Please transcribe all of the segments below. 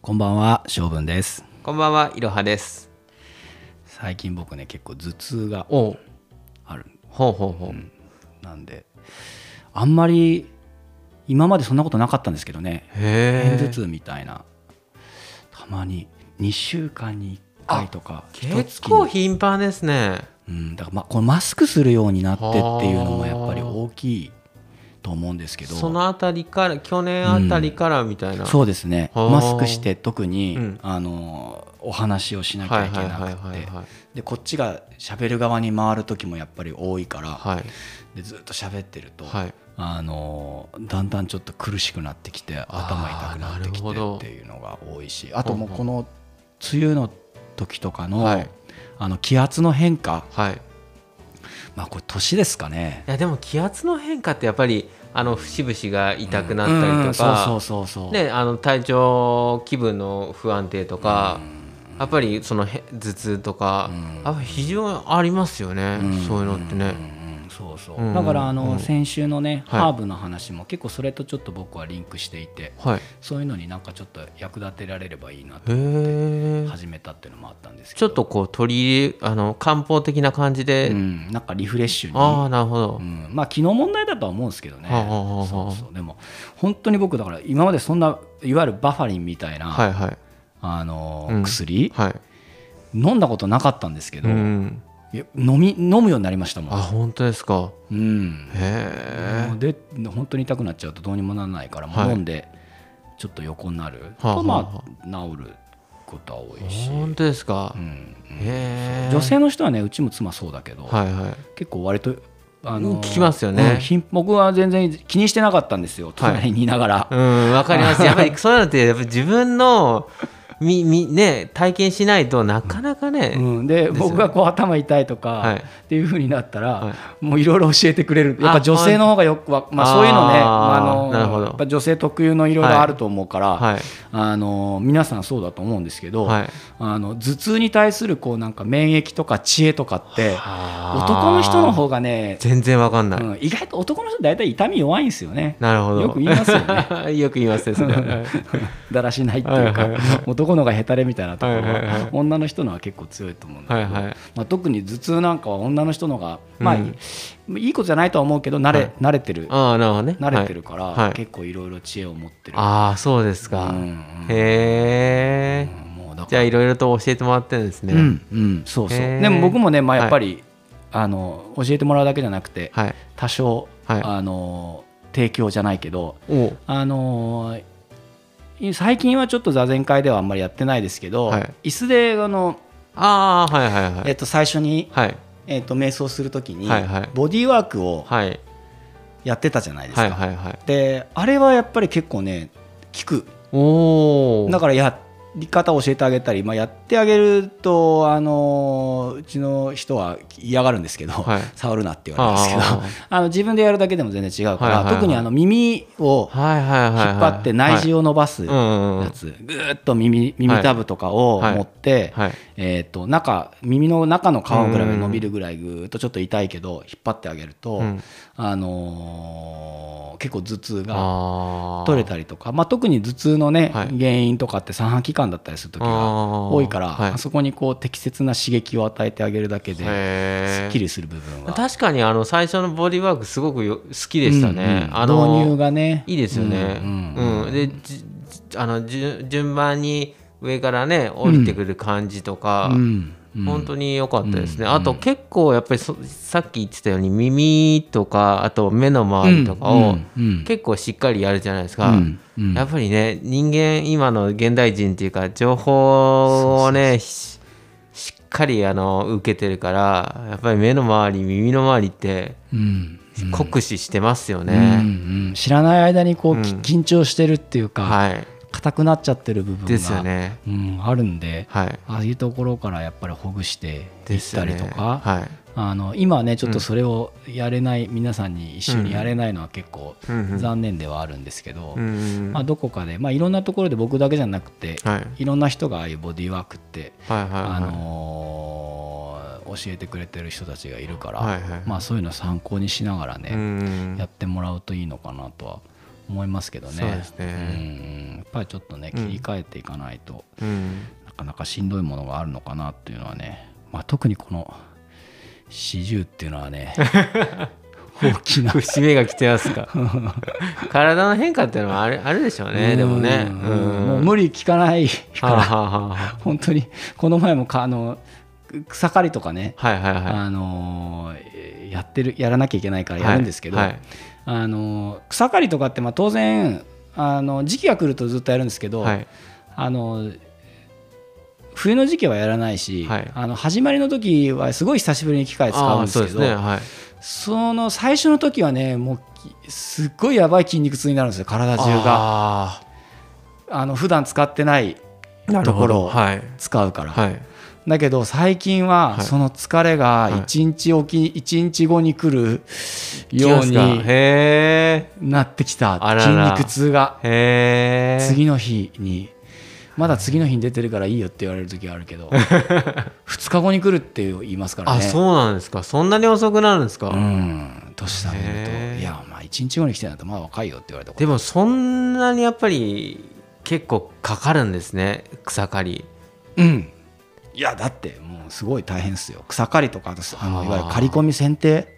こんばんは、しょうぶんです。こんばんは、いろはです。最近僕ね、結構頭痛がおうある。ほうほうほう。なんで、あんまり今までそんなことなかったんですけどね、片へ頭痛みたいな、たまに2週間に1回とか、え。一結月構に、頻繁ですね。うん、だからまこのマスクするようになってっていうのもやっぱり大きいと思うんですけど、そのあたりから、去年あたりからみたいな。そうですね、はあマスクして特に、うんあのお話をしなきはゃいいけはいなはいくはいてはい。でこっちが喋る側に回る時もやっぱり多いから、はい。でずっと喋ってると、はい。あのだんだんちょっと苦しくなってきて頭痛くなってきなるほてどっていうのが多いしあともうほうこの梅雨の時とかの,、はいあの気圧の変化、はい。いまあ、これ年ですかね。や、でも気圧の変化ってやっぱり、あの、節々が痛くなったりとか、うんうんそうそうそうそう、ね、あの体調気分の不安定とか、やっぱりそのへ頭痛とか、やっぱ非常にありますよね、そういうのってね、うんうんそうそう、うんだからあの、うん先週のね、はいハーブの話も結構それとちょっと僕はリンクしていてはいへそういうのになんかちょっと役立てられればいいなとえ始めたっていうのもあったんですけちょどっとこう取り入れあの漢方的な感じで、うん、なんかリフレッシュにああなるほど、うん、まあ気の問題だとは思うんですけどね、はあはあはあそうそうでも本当に僕だから今までそんないわゆるバファリンみたいな、はいはいあのうん薬、はい、飲んだことなかったんですけど、うん、いや飲み飲むようになりましたもあん、本当ですかうん、へもえうで本当に痛くなっちゃうとどうにもならないから、もうはい飲んでちょっと横になるはあとはまあ治ることは多いし、本当ですか、うんへえ女性の人はねうちも妻そうだけど、はいはい結構割とあうん聞きますよねうんひん僕は全然気にしてなかったんですよはい隣にいながら、うん、わかります。やっ ぱりそういうのって、やっぱり自分の。み、み、ね、体験しないと、なかなかね。うん、でですよね僕がこう頭痛いとか、はいっていう風になったら、はもういろいろ教えてくれるやっぱあ女性の方がよくわ、まあ、あーそういうのねあのなるほどやっぱ女性特有のいろいろあると思うから、はい。あの皆さんそうだと思うんですけど、はいあの頭痛に対するこうなんか免疫とか知恵とかって男男の人の。方がね、全然わかんない。うん、意外と男の人大体痛み弱いんですよね。なるほど。よく言いますよ ね。よく言いますですね。 だらしないっていうか、はいはいは男の方がへたれみたいなところは,、はいはいはい女の人のは結構強いと思うんだけど、はいはいまあ、特に頭痛なんかは女の人のが、まあうんいいことじゃないとは思うけど慣れ,、はい慣れてるああ、なるほどね。慣れてるから、はいはい結構いろいろ知恵を持ってる。ああ、そうですかうんうん。へえ。もうだからじゃあ、いろいろと教えてもらってるんですね。うんうん、そうそうへーでも僕もね、まあ、やっぱり、あの教えてもらうだけじゃなくて、はい。多少、はいあの提供じゃないけどおう。あのい最近はちょっと座禅会ではあんまりやってないですけど、はい椅子であの、ああ、はいはいはえっい。と、最初に、はい。えっと、瞑想するときに、はいはいボディーワークをはい。やってたじゃないですか、はいはいはい。であれはやっぱり結構ね効くおお。だからやり方を教えてあげたり、まあ、やってあげると、あのうちの人は嫌がるんですけど、はい触るなって言われるんですけどあ あの自分でやるだけでも全然違うから、はいはいはい特にあの耳を引っはいはいはいはい。張って内耳を。を伸ばすうやんうんうん。つ、ぐーっと耳耳たぶとかをはい持って、はい。えー、と中耳の中の皮ぐらいまで伸びるぐらいぐーっとちょっと痛いけど引っ張ってあげると、うんあのー結構頭痛があ取れたりとか、まあ、特に頭痛のね、はい原因とかって三半規管だったりする時が多いからあ,、あーはいそこにこう適切な刺激を与えてあげるだけでへすーっきりする部分は確かにあの最初のボディーワークすごくよ好きでしたうんねう。んあの導入がねいいですよね。ううんんうんでじじあの順順番に上からね降りてくる感じとか、うんうん本当に良かったですね。あと結構やっぱりそさっき言ってたように耳とかあと目の周りとかうをんうん結構しっかりやるじゃないですうか。んうんやっぱりね人間今の現代人っていうか情報をねししっかりあの受けてるからやっぱり目の周り耳の周りってうん酷使してますようんうね。ん知らない間にこう、きうん緊張してるっていうかはい、硬くなっちゃってる部分がですよね。うん、あるんではい、ああいうところからやっぱりほぐしていでっすたよりね。とか、はいあの今はねちょっとそれをやれない、皆さんに一緒にやれないのは結構うんうん残念ではあるんですけど、うんまあ、どこかで、まあ、いろんなところで僕だけじゃなくて、はいい、ろんな人がああいうボディーワークって、はいはいはいあのー教えてくれてる人たちがいるから、はいはいまあ、そういうの参考にしながらね、うんやってもらうといいのかなとは思いますけどねそうですねうんやっぱりちょっとね切り替えていかないと、 うんなかなかしんどいものがあるのかなっていうのはね、まあ、特にこの40っていうのは ね大きな節目が来てますか体の変化っていうのはあるあるでしょうねでもねうんうんもう無理聞かないかはあらはあはあ本当にこの前もかあの草刈りとかね、はいはいはいあのえーやってるやらなきゃいけないからやるんですけど、はいはいあの草刈りとかってまあ当然あの時期が来るとずっとやるんですけど、はいあの冬の時期はやらないし、はいあの始まりの時はすごい久しぶりに機械使うんあであそうすでけすどねはいその最初の時はねもうきすっごいやばい筋肉痛になるんですよ体中があがの普段使ってないところをはい使うから、はいだけど最近ははいその疲れはいが1日おき、一日後に来るよう来ますかにへなってきたあらら筋肉痛がえへえ次の日にまだ次の日に出てるからいいよって言われる時はある けど2日後に来るって言いますからねあそうなんですかそんなに遅くなるんですか、うん年下げるへとーいやまあ1日後に来てないとまだ若いよって言われたことでもそんなにやっぱり結構かかるんですね草刈りうんいやだってもうすごい大変ですよ草刈りとかあとあはあのいわゆる刈り込み剪定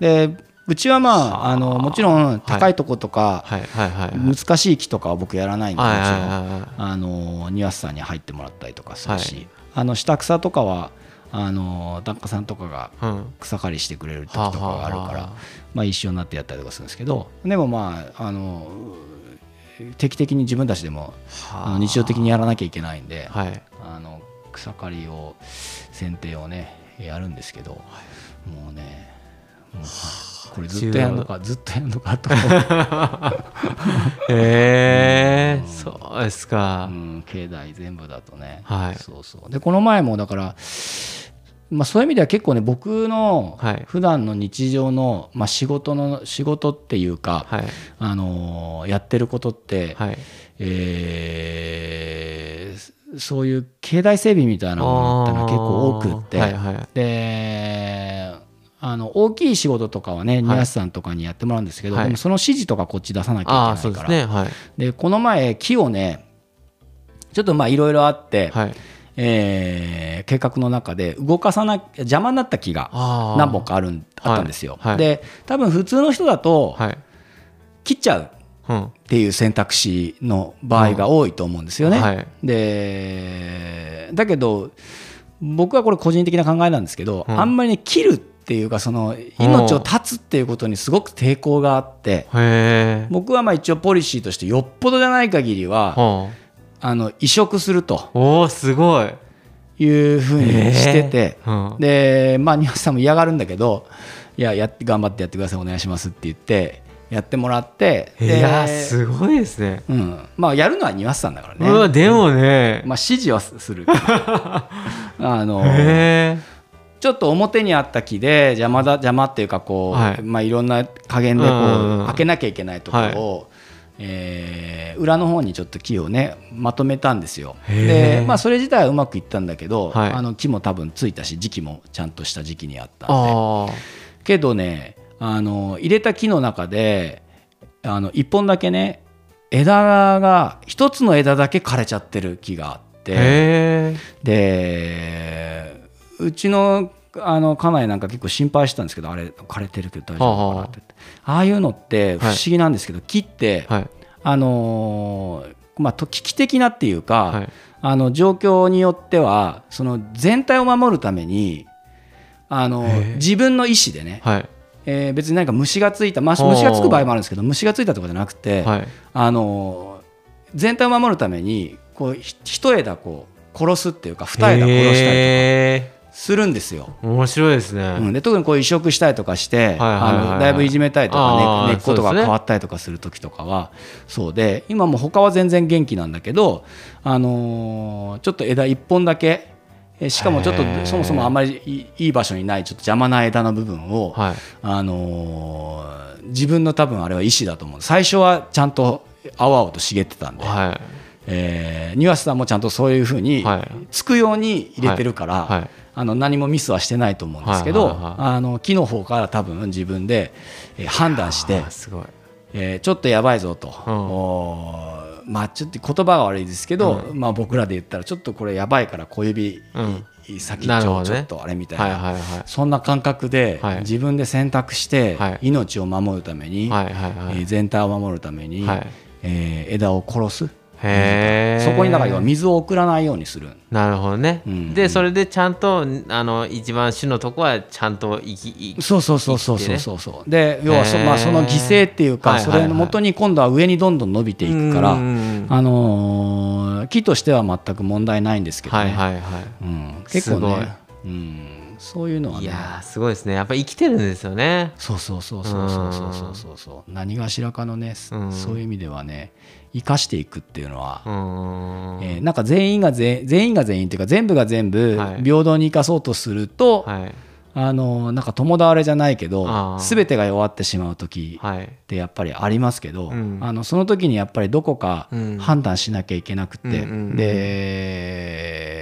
でうちはまああのもちろん高いとことかはいはいはいはい難しい木とかは僕やらないんでもちろはいはいんはいはいあの庭師さんに入ってもらったりとかするし、はいあの下草とかはあの檀家さんとかがうん草刈りしてくれる時とかがあるかはあはあらはあまあ一緒になってやったりとかするんですけどでもまああのう定期的に自分たちでもあの日常的にやらなきゃいけないんで、はいあの草刈りを剪定をねやるんですけど、もうねもうこれずっとやるのかずっとやるのかと思う へえそうですか、うん、境内全部だとね、はいそうそうでこの前もだから、まあ、そういう意味では結構ね僕のはい普段の日常の、まあ、仕事の仕事っていうか、はいあのーやってることって、はいえーそういう境内整備みたいなものってのは結構多くって、あーはいはいであの大きい仕事とかはね宮司さんとかにやってもらうんですけど、はいでもその指示とかこっち出さなきあゃあいけそないうでかすら。ねはいでこの前木をねちょっとまあいろいろあって、はいえー計画の中で動かさな邪魔になった木がああ何本かあるんあったんですよ、はいはいで多分普通の人だとはい切っちゃううんっていう選択肢の場合が多いと思うんですよね、はいでだけど僕はこれ個人的な考えなんですけど、うんあんまりね切るっていうかその命を絶つっていうことにすごく抵抗があってへえ僕はまあ一応ポリシーとしてよっぽどじゃない限りは、はああの移植するとおおすごいいうふうにしてて、えーうんでまあ庭師さんも嫌がるんだけどいややって頑張ってやってくださいお願いしますって言ってやってもらっていでやすごいですねうん、まあやるのは庭師さんだからねうわでも ね、まあ、指示はす るあのへえちょっと表にあった木で邪魔だ邪魔っていうかこう、はいいまあ、いろんな加減でこう、うんうんうん開けなきゃいけないところを、えー裏の方にちょっと木をねまとめたんですよ。へーで、まあ、それ自体はうまくいったんだけど、はいあの木も多分ついたし時期もちゃんとした時期にあったんであけどねあの入れた木の中であの1本だけね枝が1つの枝だけ枯れちゃってる木があって。ーへえでうちのあの家内なんか結構心配してたんですけどあれ枯れてるけど大丈夫かなってああいうのって不思議なんですけど、木って、はいあのーまあ、と危機的なっていうか、はいあの状況によってはその全体を守るためにあのへえ自分の意思でね、はいえー別に何か虫がついた、まあ、虫がつく場合もあるんですけど虫がついたとかじゃなくて、はいあの全体を守るためにこうひ一枝こう殺すっていうか二枝殺したりへとかするんですよ。ー面白いですね、うん、で特にこう移植したりとかしてはいはいはいはいあのだいぶいじめたりとかあーね根っことそかうですね変わったりとかする時とかはそうで今もう他は全然元気なんだけど、あのーちょっと枝1本だけえしかもちょっとへーそもそもあんまりいいいい場所にないちょっと邪魔な枝の部分を、はいあのー自分の多分あれは意思だと思う最初はちゃんと青々と茂ってたんで、はえー、庭師さんもちゃんとそういうふうにはいつくように入れてるから、いはいあの何もミスはしてないと思うんですけど、はいはいはいあの木の方から多分自分でえー判断してあ、すごいえーちょっとやばいぞと、うんおーまあちょっと言葉が悪いですけど、まあ、僕らで言ったらちょっとこれやばいから小指、先っちなるほょどちょねっとあれみたいなはいはいはそんな感覚で、はい自分で選択してはい命を守るために、いはいはいはえーい全体を守るために、はいえー枝を殺すへえそこにだから要は水を送らないようにするなるほどね、うんでそれでちゃんとあの一番主のとこはちゃんと生き生きそうそうそうそうそうそうそう、で要はそ,、へーまあ、その犠牲っていうか、はいはいはいそれのもとに今度は上にどんどん伸びていくから、うんあのー木としては全く問題ないんですけどね、はいはいはうん、結構すね、うん、そういうのはいいねやーすごいですねやっぱり生きてるんですよねそうそうそうそうそうそうそうそうそう何がしらかのね、うんそういう意味ではね生かしていくっていうのはう、んえーなんか全員がぜ全員が全員っていうか全部が全部はい平等に生かそうとすると、はいあのなんか共倒れじゃないけどあー全てが弱ってしまう時はいってやっぱりありますけど、うんあのその時にやっぱりどこかうん判断しなきゃいけなくて、うんうんうんで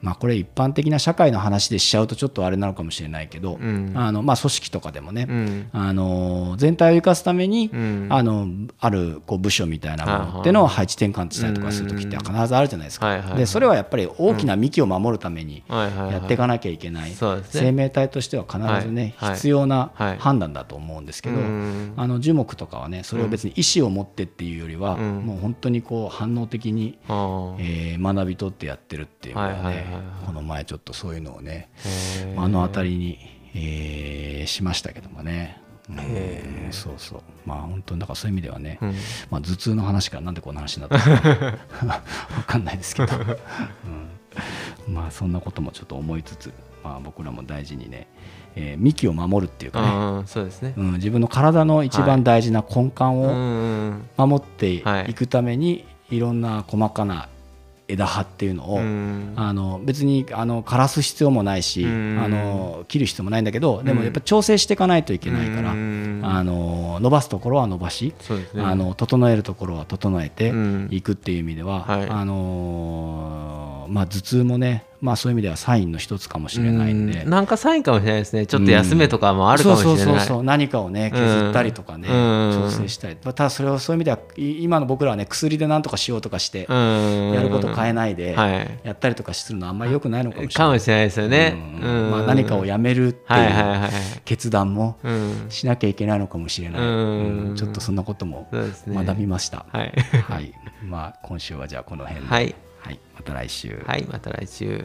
まあこれ一般的な社会の話でしちゃうとちょっとあれなのかもしれないけど、うんあのまあ、組織とかでもね、うんあの全体を生かすために、うんあのあるこう部署みたいなものっていうのを配置転換したりとかする時って必ずあるじゃないですか、はいはいはいでそれはやっぱり大きな幹を守るためにはいはいはいやっていかなきゃいけない、そうですね生命体としては必ずね、はいはい必要なはい判断だと思うんですけど、うんあの樹木とかはねそれを別に意思を持ってっていうよりは、うんもう本当にこう反応的に、あーへえー学び取ってやってるっていうのはね、はいはいはいはいこの前ちょっとそういうのをね、ー目の当たりに、えーしましたけどもね。うんそうそうまあ本当にだからそういう意味ではね、んまあ、頭痛の話からなんでこんな話になったのか わかんないですけど、うんまあそんなこともちょっと思いつつ、まあ、僕らも大事にね、えー幹を守るっていうかね、うんそうですねうん、自分の体の一番大事な根幹うをん守っていくために、い、ろんな細かな枝葉っていうのを、うんあの別にあの枯らす必要もないし、うんあの切る必要もないんだけどでもやっぱ調整していかないといけないから、うんあの伸ばすところは伸ばし、そうですねあの整えるところは整えてうんいくっていう意味では、はいあのーまあ、頭痛もね、まあ、そういう意味ではサインの一つかもしれないんで。うんなんかサインかもしれないですねちょっと休めとかもあるかもしれない、そうそうそうそう何かをね削ったりとかね、うん調整したりまあただそれをそういう意味ではい今の僕らはね薬で何とかしようとかしてややること変えなないではいやったりとかするのはあんまり良くないのかもしれかないもしれないですよね。ううんんまあ、何かをやめるってはいはいいうはい。決断もうん、しなきゃいけないのかもしれない、うんうんちょっとそんなこともそうですね。学びました、はい。はいまあ、今週はじゃあこの辺で、はい、はいまた来週。はい、また来週。